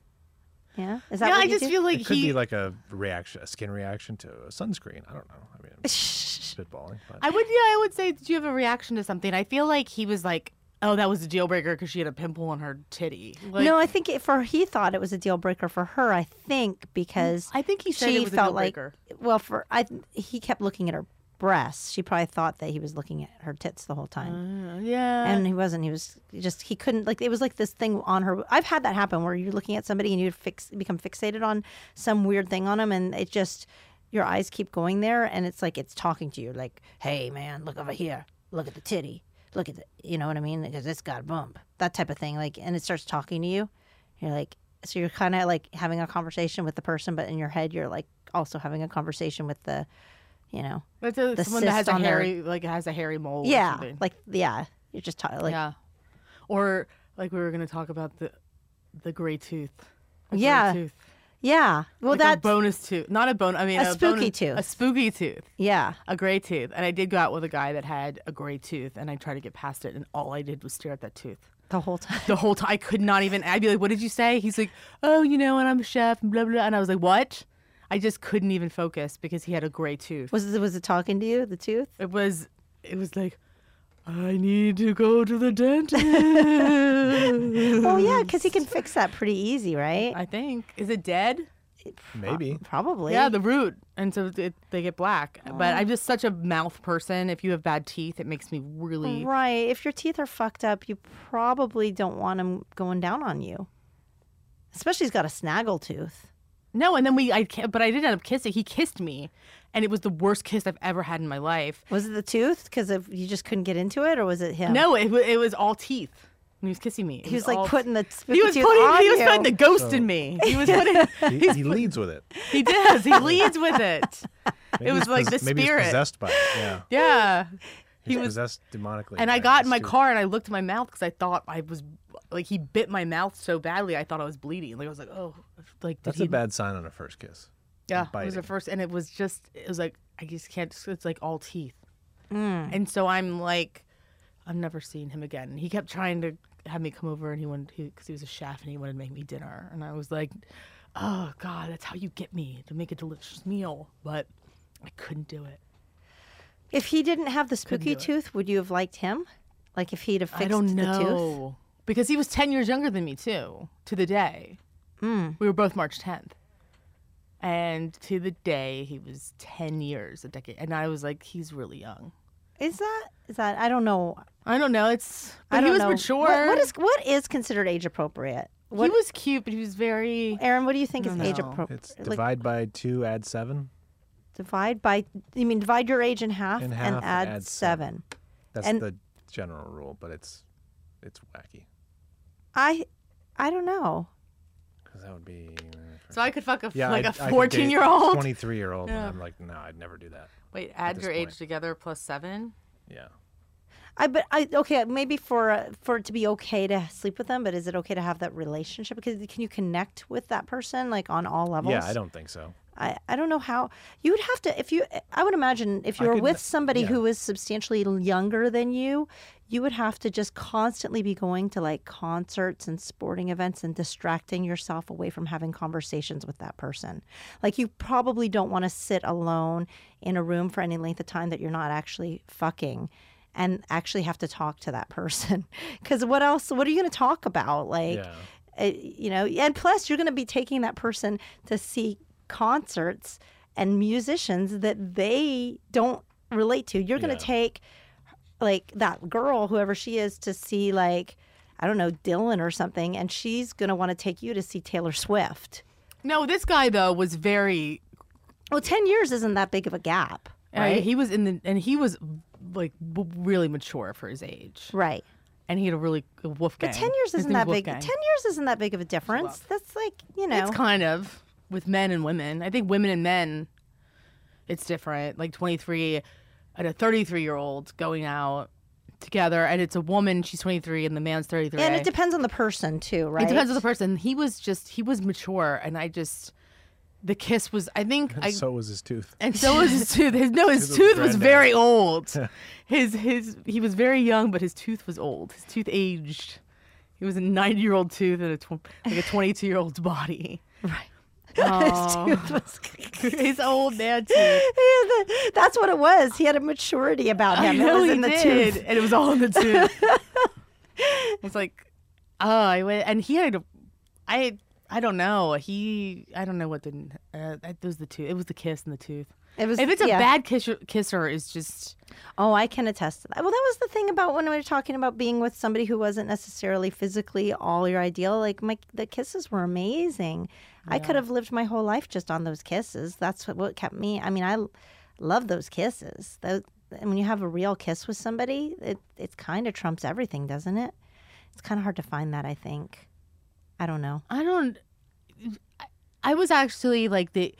A: yeah is that
B: Yeah,
A: what
B: I
A: you
B: just
A: do? (laughs)
B: feel like
C: It could
B: he.
C: be like a reaction, a skin reaction to a sunscreen. I don't know. I
B: (laughs)
C: mean, I'm spitballing. But
B: I would. Yeah, I would say. Did you have a reaction to something? I feel like he was like, oh, that was a deal breaker because she had a pimple on her titty. Like,
A: no i think it, for he thought it was a deal breaker for her i think because
B: I think he said
A: she
B: it was a
A: felt
B: deal
A: like
B: breaker.
A: well for i he kept looking at her breasts, she probably thought that he was looking at her tits the whole time.
B: Uh, yeah.
A: and he wasn't. He was he just he couldn't like it was like this thing on her. I've had that happen where you're looking at somebody and you fix become fixated on some weird thing on them, and it just your eyes keep going there, and it's like it's talking to you, like, "Hey man, look over here, look at the titty, look at the, you know what I mean? Because it's got a bump, that type of thing." Like, and it starts talking to you. You're like, so you're kind of like having a conversation with the person, but in your head, you're like also having a conversation with the, you know,
B: That's a,
A: the
B: someone that has
A: cyst
B: a
A: on their-
B: hairy, like has a hairy mole. or
A: yeah,
B: something.
A: like yeah, you're just talking like.
B: yeah. Or like we were gonna talk about the the gray tooth. A gray
A: Yeah.
B: tooth.
A: Yeah. Well,
B: Like a
A: that's
B: bonus tooth, not a bone. I mean,
A: A spooky
B: bonus-
A: tooth.
B: A spooky tooth.
A: yeah.
B: a gray tooth and i did go out with a guy that had a gray tooth and i tried to get past it and all i did was stare at that tooth
A: The whole time.
B: the whole time i could not even i'd be like what did you say he's like oh you know and i'm a chef and blah blah and i was like what i just couldn't even focus because he had a gray tooth
A: Was it was it talking to you? The tooth?
B: (laughs) it was it was like i need to go to the
A: (laughs)
B: dentist
A: Well, yeah, because he can fix that pretty easy, right?
B: i think is it dead
C: Maybe.
A: Probably.
B: Uh, yeah the root and so it, they get black but i'm just such a mouth person if you have bad teeth it makes me really
A: Right. If your teeth are fucked up, you probably don't want him going down on you. Especially he's got a snaggle tooth.
B: No, and then we, I, ca- but I did end up kissing. He kissed me, and it was the worst kiss I've ever had in my life.
A: Was it the tooth? Because you just couldn't get into it, or was it him?
B: No, it, wa- it was all teeth. And he was kissing me. It
A: He was
B: all
A: like
B: te-
A: putting the spooky
B: He was
A: tooth
B: putting.
A: on
B: He was
A: you.
B: putting the ghost in me. He was putting.
C: He,
B: (laughs)
C: he leads with it.
A: (laughs)
B: he does. He leads with it.
C: Maybe
B: It was
C: he's
B: like the
C: maybe
B: spirit.
C: He's possessed by it.
B: (laughs)
C: Yeah. (laughs)
B: Yeah.
C: He's
B: He was-
C: possessed demonically.
B: And I
C: by
B: got in
C: this
B: my
C: dude.
B: car and I looked at my mouth because I thought I was like he bit my mouth so badly I thought I was bleeding. Like I was like, oh, like did
C: That's
B: he
C: a bad sign on a first kiss.
B: Yeah, it was
C: biting.
B: the first, and it was just, it was like, I just can't, it's like all teeth.
A: Mm.
B: And so I'm like, I'm never seeing him again. And He kept trying to have me come over, and he wanted, because he, was a chef, and he wanted to make me dinner. And I was like, oh, God, that's how you get me to make a delicious meal. But I couldn't do it.
A: If he didn't have the spooky
B: do it.
A: tooth, would you have liked him? Like if he'd have fixed
B: I don't
A: the tooth?
B: know. Because he was 10 years younger than me, too, to the day.
A: Mm.
B: We were both March 10th. And to the day, he was 10 years, a decade. And I was like, he's really young.
A: Is that is that I don't know.
B: I don't know. It's but
A: I don't
B: he was
A: know.
B: mature.
A: What, what is what is considered age appropriate? What
B: he was cute, but he was very
A: Aaron, what do you think is
B: No,
A: age
B: no.
A: appropriate?
C: It's divide by two, add seven.
A: divide by you mean divide your age in half,
C: In
A: and
C: half
A: add, seven.
C: That's
A: And-
C: the general rule, but it's it's wacky
A: I I don't know.
C: because that would be. uh,
B: so I could fuck a
C: yeah,
B: like a fourteen year old.
C: twenty-three year old, and
B: Yeah.
C: I'm like, no, I'd never do that.
B: Wait,
C: this
B: add your
C: point.
B: age together plus seven.
C: Yeah,
A: I but I okay maybe for uh, for it to be okay to sleep with them, but is it okay to have that relationship? Because can you connect with that person like on all levels?
C: yeah, I don't think so.
A: I, I don't know how you would have to if you I would imagine if you
C: I
A: were
C: could-
A: with somebody
C: yeah.
A: who is substantially younger than you, you would have to just constantly be going to like concerts and sporting events and distracting yourself away from having conversations with that person. Like you probably don't want to sit alone in a room for any length of time that you're not actually fucking and actually have to talk to that (laughs) person. Cuz what else what are you going to talk about? Like
C: Yeah,
A: uh, you know and plus you're going to be taking that person to see concerts and musicians that they don't relate to you're going
C: Yeah.
A: to take like that girl whoever she is to see like i don't know dylan or something and she's going to want to take you to see taylor swift
B: No, this guy though was very.
A: well 10 years isn't that big of a gap
B: Right.
A: right
B: he was in the and he was like w- really mature for his age,
A: right
B: and he had a really a wolf gang.
A: but 10 years
B: His
A: isn't
B: name's
A: that big 10
B: Wolfgang.
A: years isn't that big of a difference that's like you know
B: It's kind of with men and women. I think women and men, it's different. Like 23 and a 33 year old going out together, and it's a woman, she's 23, and the man's 33.
A: and it depends on the person too right
B: It depends on the person. He was just, he was mature, and I just, the kiss was, I think, I.
C: so was his tooth.
B: and so was his tooth. His, no, his
C: His
B: tooth was
C: granddad.
B: very old. His his he was very young, but his tooth was old. His tooth aged. He was a ninety year old tooth and a tw- like a twenty two year old's body. (laughs) Aw.
A: His tooth (laughs) was-
B: his old man tooth.
A: Yeah, that- (laughs) that's what it was. He had a maturity about him.
B: (laughs) I know
A: it was
B: he
A: in the
B: did,
A: tooth.
B: and it was all in the (laughs) tooth. it's like, oh, I went, and he had, a, I I don't know. He, I don't know what the. Uh, that was the tooth. It was the kiss and the tooth.
A: It was
B: If it's a
A: yeah.
B: bad kisser, kisser is just
A: Oh, I can attest to that. Well, that was the thing about when we were talking about being with somebody who wasn't necessarily physically all your ideal. Like my the kisses were amazing. I could have lived my whole life just on those kisses. That's what, what kept me. I mean, I l- love those kisses. Those, and when you have a real kiss with somebody, it it kind of trumps everything, doesn't it? It's kind of hard to find that. I think. I don't know.
B: I don't. I- I was actually like the.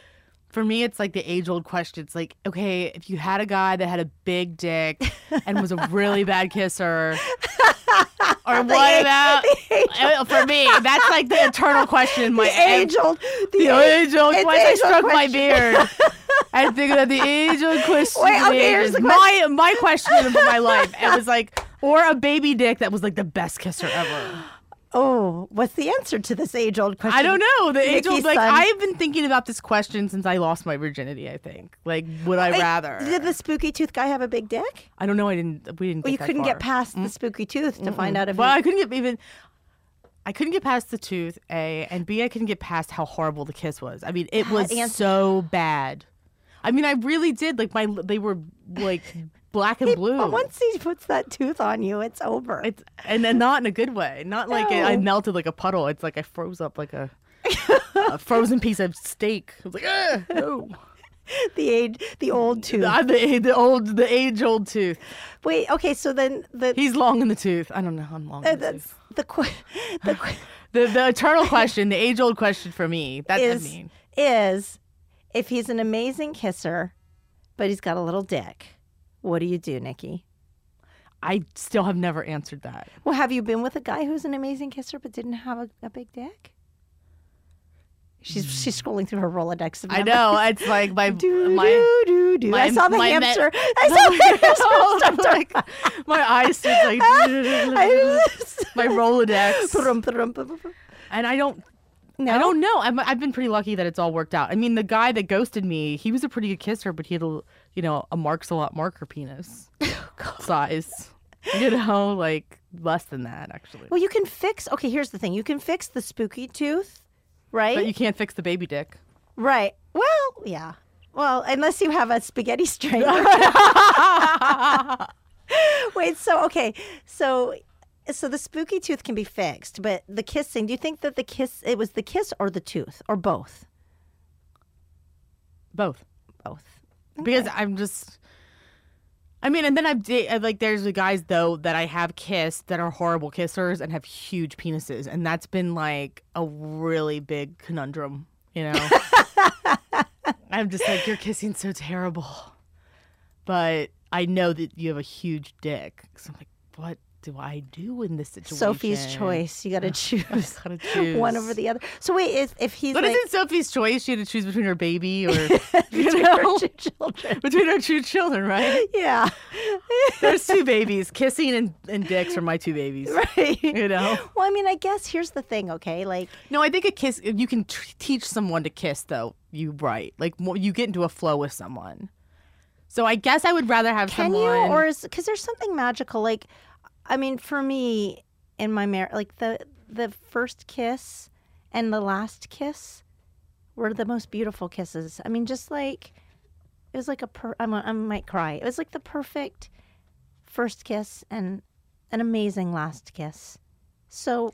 B: For me, it's like the age old question. It's like, okay, if you had a guy that had a big dick and was a really bad (laughs) kisser, or
A: (laughs)
B: what about. Uh, For me, that's like the eternal question. in My
A: the age old.
B: (laughs) The age old
A: it's
B: question. I
A: age-old
B: struck my
A: question.
B: beard.
A: (laughs)
B: I think that the age old question.
A: Wait, okay, here's
B: is
A: the
B: my my question about my life. It was like, or a baby dick that was like the best kisser ever.
A: Oh, what's the answer to this age old question?
B: I don't know. The age old
A: Nikki's
B: like
A: son.
B: I've been thinking about this question since I lost my virginity. I think like would I
A: Wait,
B: rather?
A: Did the spooky tooth guy have a big dick?
B: I don't know. I didn't. We didn't.
A: Well,
B: get
A: you
B: that
A: couldn't get
B: far.
A: past the spooky tooth to find out if.
B: Well,
A: he-
B: I couldn't get even. I couldn't get past the tooth. A and B. I couldn't get past how horrible the kiss was. I mean, it was
A: answer.
B: so bad. I mean, I really did like my. They were
A: (laughs)
B: like black and blue.
A: But once he puts that tooth on you, it's over.
B: It's and then not in a good way. Not like it, I
A: No.
B: melted like a puddle. It's like I froze up like a,
A: (laughs)
B: a frozen piece of steak. I was like, ah, no.
A: (laughs) the age, the
B: (laughs)
A: old tooth.
B: The, the, the old, the age-old tooth.
A: Wait, okay, so then the
B: He's long in the tooth. I don't know. I'm long.
A: uh,
B: in the,
A: that's
B: tooth.
A: the que- (laughs) the que-
B: the the eternal question, the age-old question for me. That
A: is
B: I mean,
A: is if he's an amazing kisser, but he's got a little dick. What do you do, Nikki?
B: I still have never answered that.
A: Well, have you been with a guy who's an amazing kisser but didn't have a, a big dick? She's she's scrolling through her Rolodex. Of
B: Hmm. I
A: numbers. (laughs)
B: know it's like (laughs) my
A: Do,
B: my
A: do, do, do. I
B: my-
A: saw the
B: my me- (laughs) Oh,
A: hamster. I saw the hamster start to-
B: my eyes just (laughs) like
A: I just-
B: (laughs) my Rolodex.
A: Thrum, thrum, thrum, (laughs) thrum.
B: (laughs) and I don't. I
A: No?
B: don't know. I'm, I've been pretty lucky that it's all worked out. I mean, the guy that ghosted me, he was a pretty good kisser, but he had a, you know, a marks a lot marker (laughs) penis size. You know, like less than that actually.
A: Well, you can fix. Okay, here's the thing. You can fix the spooky tooth,
B: But
A: right?
B: you can't fix the baby dick.
A: Right. Well, yeah. Well, unless you have a spaghetti (laughs) strainer.
B: (laughs)
A: Wait. So okay. So so the spooky tooth can be fixed, but the kissing. Do you think that the kiss? It was the kiss or the tooth or both?
B: Both.
A: Both.
B: because I'm just. I mean, and then I've da- uh, like there's the guys though that I have kissed that are horrible kissers and have huge penises, and that's been like a really big conundrum,
A: (laughs)
B: you know. I'm just like you're kissing so terrible, but I know that you have a huge dick, so I'm like, what do I do in this situation?
A: Sophie's choice. You got
B: (laughs)
A: to choose
B: Gotta
A: one
B: choose.
A: over the other. So wait, is if he's
B: But
A: like,
B: isn't Sophie's choice? She had to choose between her baby or (laughs) you
A: (laughs) between
B: know,
A: her two children.
B: between her two children, right?
A: Yeah.
B: There's two babies. Kissing and, and dicks are my two babies.
A: right.
B: You know?
A: (laughs) Well, I mean, I guess here's the thing, okay? Like,
B: No, I think a kiss, you can t- teach someone to kiss, though. You right. Like, more, you get into a flow with someone. So I guess I would rather have
A: can
B: someone.
A: you or is because there's something magical? Like, I mean, for me in my marriage, like the the first kiss and the last kiss were the most beautiful kisses. I mean, just like it was like a per. I'm, I might cry. It was like the perfect first kiss and an amazing last kiss. So.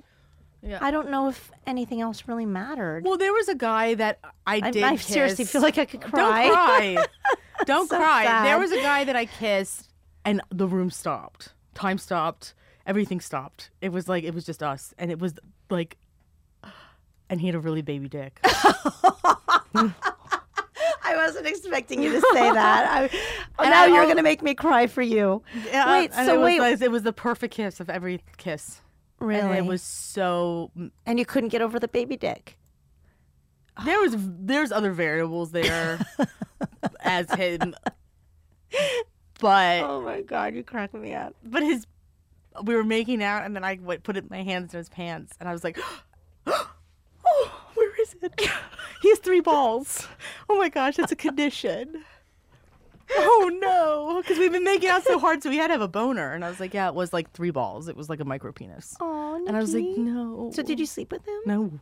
B: Yeah.
A: I don't know if anything else really mattered.
B: Well, there was a guy that I
A: I,
B: did
A: I
B: kiss.
A: seriously feel like I could cry.
B: Don't (laughs) cry. Don't
A: So
B: cry. There
A: sad.
B: was a guy that I kissed, and the room stopped. Time stopped. Everything stopped. It was like it was just us, and it was like, and he had a really baby dick.
A: I wasn't expecting you to say (laughs) that. I,
B: And
A: now
B: I
A: you're
B: al-
A: going to make me cry for you.
B: Yeah,
A: wait,
B: and
A: so
B: it was,
A: wait,
B: like- it was the perfect kiss of every kiss. And
A: really?
B: it was so.
A: and you couldn't get over the baby dick.
B: There was there's other variables there,
A: (laughs)
B: as him, but
A: Oh my god, you crack me up.
B: but his we were making out, and then I went, put it my hands in his pants, and I was like, (gasps) oh, where is it? he has three balls. Oh my gosh, that's
A: (laughs)
B: a condition. Oh no, because we've been making out so hard, so we had to have a boner, and I was like, yeah, it was like three balls. It was like a micro penis.
A: Oh,
B: And I was like, no.
A: So did you sleep with him?
B: No.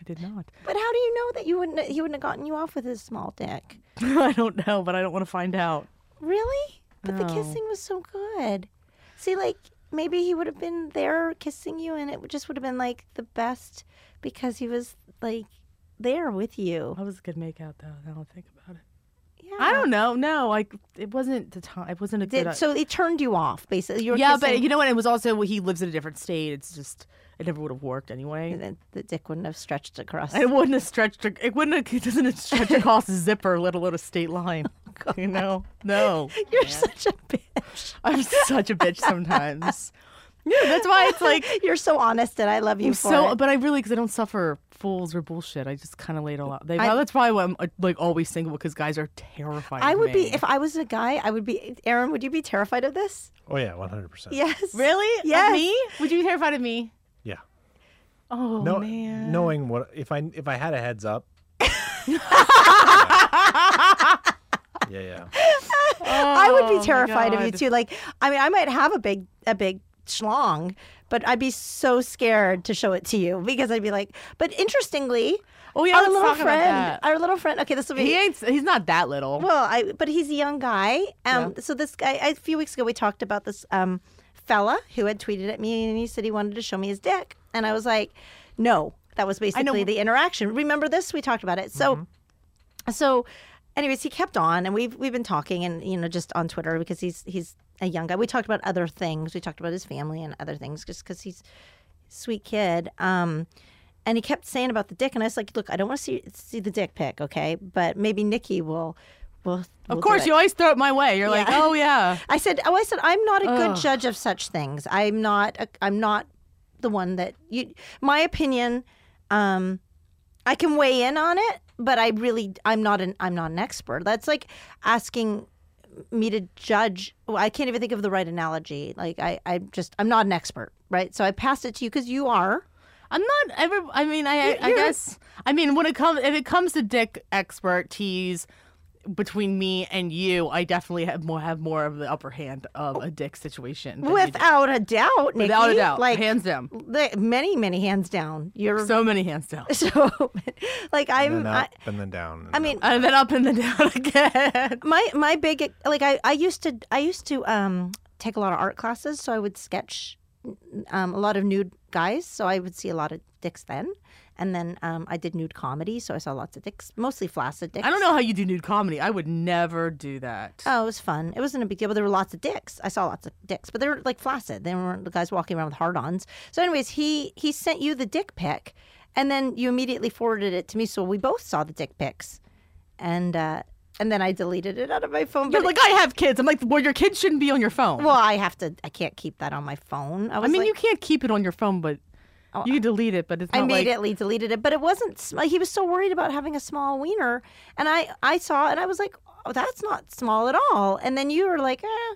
B: I did not. (laughs)
A: But how do you know that you wouldn't he wouldn't have gotten you off with his small dick?
B: I don't know, but I don't want to find out.
A: Really? But the
B: No.
A: kissing was so good. See, like maybe he would have been there kissing you, and it would- just would have been like the best because he was like there with you.
B: That was a good make out though. Now I think about it.
A: Yeah.
B: I don't know. No, like it wasn't the time. It wasn't a good.
A: Did, so it turned you off, basically. You were
B: yeah, but
A: kissing, (laughs)
B: you know what? It was also he lives in a different state. It's just it never would have worked anyway.
A: and then the dick wouldn't have stretched across.
B: It wouldn't have stretched. It wouldn't. Have, it doesn't have (laughs) stretch across a zipper, let alone a state line. you know? No.
A: (laughs) You're such a bitch.
B: I'm such a bitch (laughs) sometimes. Yeah, that's why it's (laughs) like
A: You're so honest, and I love you
B: I'm
A: for
B: so.
A: it.
B: But I really, because I don't suffer fools or bullshit. I just kind of laid it all out. They,
A: I-
B: that's probably why I'm uh, like always single because guys are terrified.
A: I
B: of
A: would
B: me.
A: be if I was a guy. I would be. Aaron, would you be terrified of this?
C: Oh yeah, one hundred percent.
A: Yes.
B: really. Of
A: Yes.
B: me? Would you be terrified of me?
C: Yeah.
B: Oh
C: No,
B: man.
C: knowing what if I if I had a
A: (laughs)
C: heads up. yeah, yeah.
A: I would
B: Oh, my
A: be terrified of you
B: God.
A: too. Like, I mean, I might have a big, a big schlong, but I'd be so scared to show it to you because I'd be like. But interestingly,
B: Oh, yeah,
A: our
B: let's
A: little
B: talk about
A: friend,
B: that.
A: our little friend. Okay, this will be.
B: He ain't. He's not that little.
A: Well, I but he's a young guy. Um, so this guy. A few weeks ago, we talked about this um fella who had tweeted at me and he said he wanted to show me his dick, and I was like, no. That was
B: know.
A: basically the interaction. Remember this? We talked about it. So so anyways he kept on and we've we've been talking and you know just on twitter because he's he's a young guy we talked about other things we talked about his family and other things just because he's a sweet kid um and he kept saying about the dick and i was like look i don't want to see see the dick pic okay but maybe nikki will will, will
B: of
A: do
B: course,
A: it."
B: you always throw it my way. You're like,
A: Yeah.
B: oh yeah.
A: I said, "Oh, I said I'm not a good
B: Ugh.
A: judge of such things. I'm not. A, I'm not the one that you. My opinion. Um, I can weigh in on it, but I really, I'm not an. I'm not an expert. That's like asking me to judge. well, I can't even think of the right analogy. Like I, I just, I'm not an expert, right? So I passed it to you because you are.
B: I'm not ever. I mean, I, I guess. I mean, when it comes, if it comes to dick expertise between me and you, I definitely have more have more of the upper hand
A: Oh.
B: of a dick situation. than you do.
A: Without a doubt, Nikki,
B: without a doubt,
A: Like
B: hands down,
A: li- many, many hands down. You're (laughs) so,
B: so many hands down, (laughs)
A: like
C: And
A: I'm.
C: then
A: I,
C: up and then down. and uh,
A: I
C: then
A: mean,
B: and then up and then down (laughs) again.
A: my my big like I, I used to I used to um take a lot of art classes, so I would sketch um, a lot of nude guys. So I would see a lot of dicks then, and then um, I did nude comedy, so I saw lots of dicks, mostly flaccid dicks.
B: I don't know how you do nude comedy. I would never do that.
A: Oh, it was fun. It wasn't a big deal, but there were lots of dicks. I saw lots of dicks, but they were like flaccid. They weren't the guys walking around with hard-ons. So, anyways, he he sent you the dick pic, and then you immediately forwarded it to me, so we both saw the dick pics, and uh, and then I deleted it out of my phone.
B: You're
A: but it-
B: like, I have kids. I'm like, well, your kids shouldn't be on your phone.
A: Well, I have to. I can't keep that on my phone. I
B: I
A: was
B: mean,
A: like, Oh,
B: you can't keep it on your phone, but you can delete it. But it's
A: I
B: not like
A: immediately deleted it, but it wasn't. sm- He was so worried about having a small wiener, and I I saw it and I was like, oh, that's not small at all. And then you were like, eh,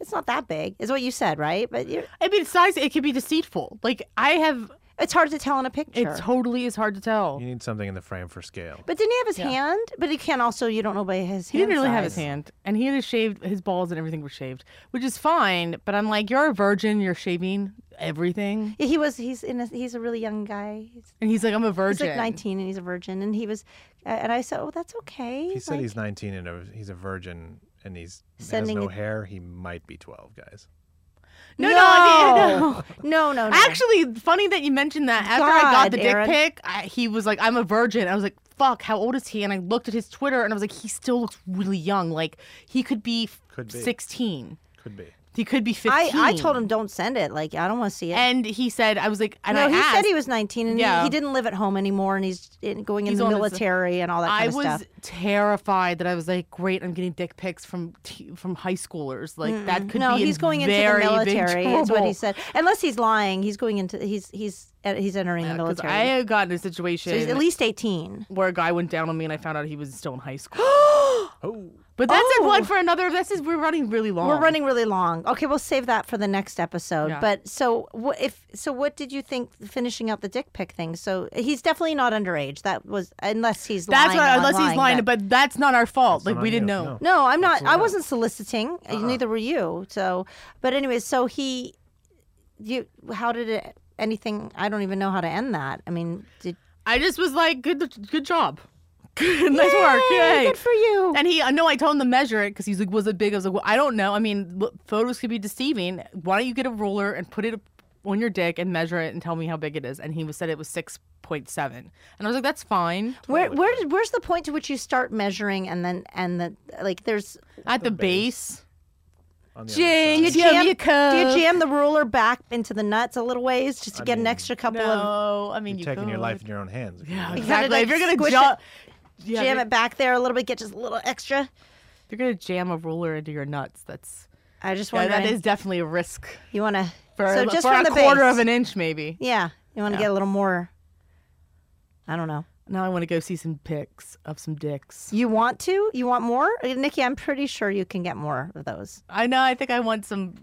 A: it's not that big, is what you said, right? But you
B: I mean, size it could be deceitful. Like I have,
A: it's hard to tell in a picture.
B: it totally is hard to tell.
C: You need something in the frame for scale.
A: but didn't he have his hand? But he can also. You don't know by his.
B: He
A: hand
B: didn't really have his
A: size.
B: hand, and he had his shaved his balls and everything were shaved, which is fine. But I'm like, you're a virgin. You're shaving everything,
A: Yeah, he was. He's in. A, he's a really young guy. He's,
B: and he's like, I'm a
A: he's
B: virgin.
A: like 19 and he's a virgin, and he was. And I said, oh, that's okay.
C: He said
A: Like-
C: he's 19 and a, he's a virgin and he's has
A: Sending
C: no
A: it-
C: hair. He might be 12, guys.
B: No, no, I mean, no.
A: no, no, no.
B: Actually, funny that you mentioned that. After I got
A: God,
B: the
A: Aaron.
B: dick pic, I, he was like, "I'm a virgin." I was like, "Fuck, how old is he?" And I looked at his Twitter, and I was like, "He still looks really young. Like he could be,
C: Could be.
B: 16.
C: Could be.
B: He could be 15."
A: I, I told him don't send it. Like I don't want to see it.
B: and he said, "I was like," and
A: no,
B: I
A: he
B: asked,
A: said he was 19 and he- he,
B: Yeah.
A: didn't live at home anymore and he's in, going in
B: He's
A: the
B: on his-
A: military and all that kind
B: I
A: of
B: was
A: stuff.
B: terrified that I was like, great, I'm getting dick pics from t- from high schoolers. Like that could
A: no,
B: be in
A: he's going into the
B: very big
A: military. Is what
B: trouble.
A: he said. Unless he's lying, he's going into he's he's uh, he's entering the
B: 'Cause
A: military.
B: I had gotten in a
A: so
B: situation
A: he's at least 18.
B: where a guy went down on me, and I found out he was still in
A: (gasps)
B: high school. (gasps)
C: Oh,
B: But that's
A: Oh.
B: a one for another. This is we're running really long.
A: We're running really long. Okay, we'll save that for the next episode.
B: Yeah.
A: But so what if so what did you think finishing out the dick pic thing? So he's definitely not underage. That was unless he's
B: That's
A: lying.
B: what, unless he's
A: online,
B: lying,
A: but-
B: but, that's not our fault.
C: That's
B: like
C: not
B: we
C: on
B: didn't
C: you,
B: know.
C: no.
A: No, I'm not. I
C: Absolutely. Uh-uh.
A: wasn't soliciting. uh, Neither were you. So, but anyway, so he, you, how did it? Anything? I don't even know how to end that. I mean, did
B: I just was like, good, good job, (laughs) nice work,
A: Yay,
B: yay.
A: Good for you.
B: And he, I know I told him to measure it because he's like, was it big? I was like, well, I don't know. I mean, look, photos could be deceiving. Why don't you get a ruler and put it on your dick and measure it and tell me how big it is? And he was said it was six point seven, and I was like, that's fine.
A: Where, where did, where's the point to which you start measuring and then and the like? There's
B: At the, base.
C: On the other
B: Jing,
C: side.
B: you
A: jam,
B: jam, you
A: do you
B: coke.
A: jam the ruler back into the nuts a little ways just to
C: I
A: get an
C: mean,
A: extra couple of
B: No, I mean
C: You're
B: you
C: taking your life in
B: could.
C: your own hands. if you
B: Yeah,
C: like.
A: You gotta,
B: exactly.
A: like,
B: if you're gonna
A: squish
B: jam, yeah,
A: jam
B: if
A: it back there a little bit, get just a little extra?
B: you're gonna jam a ruler into your nuts. That's
A: I just
B: yeah,
A: want
B: that is definitely a risk
A: you want to
B: for,
A: so just
B: for
A: from the
B: a quarter
A: base.
B: of an inch, maybe.
A: yeah you want to
B: Yeah.
A: get a little more. I don't know.
B: Now I want to go see some pics of some dicks.
A: You want to? You want more, Uh, Nikki? I'm pretty sure you can get more of those.
B: I know. I think I want some.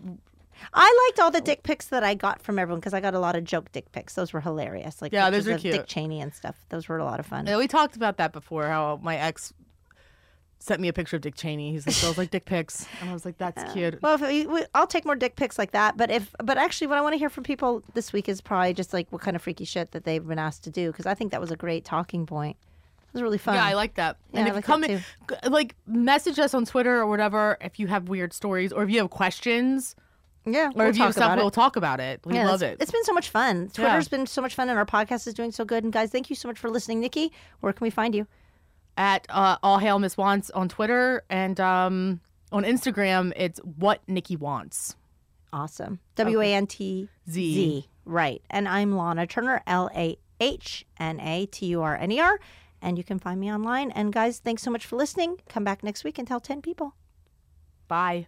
A: I liked all the dick pics that I got from everyone because I got a lot of joke dick pics. Those were hilarious. Like
B: Yeah,
A: pictures
B: those are
A: of Dick
B: cute.
A: Cheney and stuff. Those were a lot of fun.
B: Yeah, we talked about that before. How my ex sent me a picture of Dick Cheney. He's like, "Girls like dick pics," and I was like, "That's cute."
A: Well, if we, we, I'll take more dick pics like that. But if, but actually, what I want to hear from people this week is probably just like what kind of freaky shit that they've been asked to do because I think that was a great talking point. It was really fun.
B: Yeah, I like that.
A: Yeah, I
B: and if you
A: like
B: come
A: that
B: in, g- like message us on Twitter or whatever if you have weird stories or if you have questions
A: yeah.
B: or
A: We'll
B: if you have
A: talk
B: stuff,
A: about it.
B: we'll talk about it. We
A: Yeah,
B: love
A: that's-
B: it.
A: It's been so much fun. Twitter's been so much fun, and our podcast is doing so good. And guys, thank you so much for listening. Nikki, where can we find you?
B: at uh, All Hail Miss Wants on Twitter and um, on Instagram. It's what Nikki wants.
A: Awesome. W A N T
B: Z.
A: Z. Right. And I'm Lana Turner, L A H N A T U R N E R. And you can find me online. And guys, thanks so much for listening. Come back next week and tell 10 people.
B: Bye.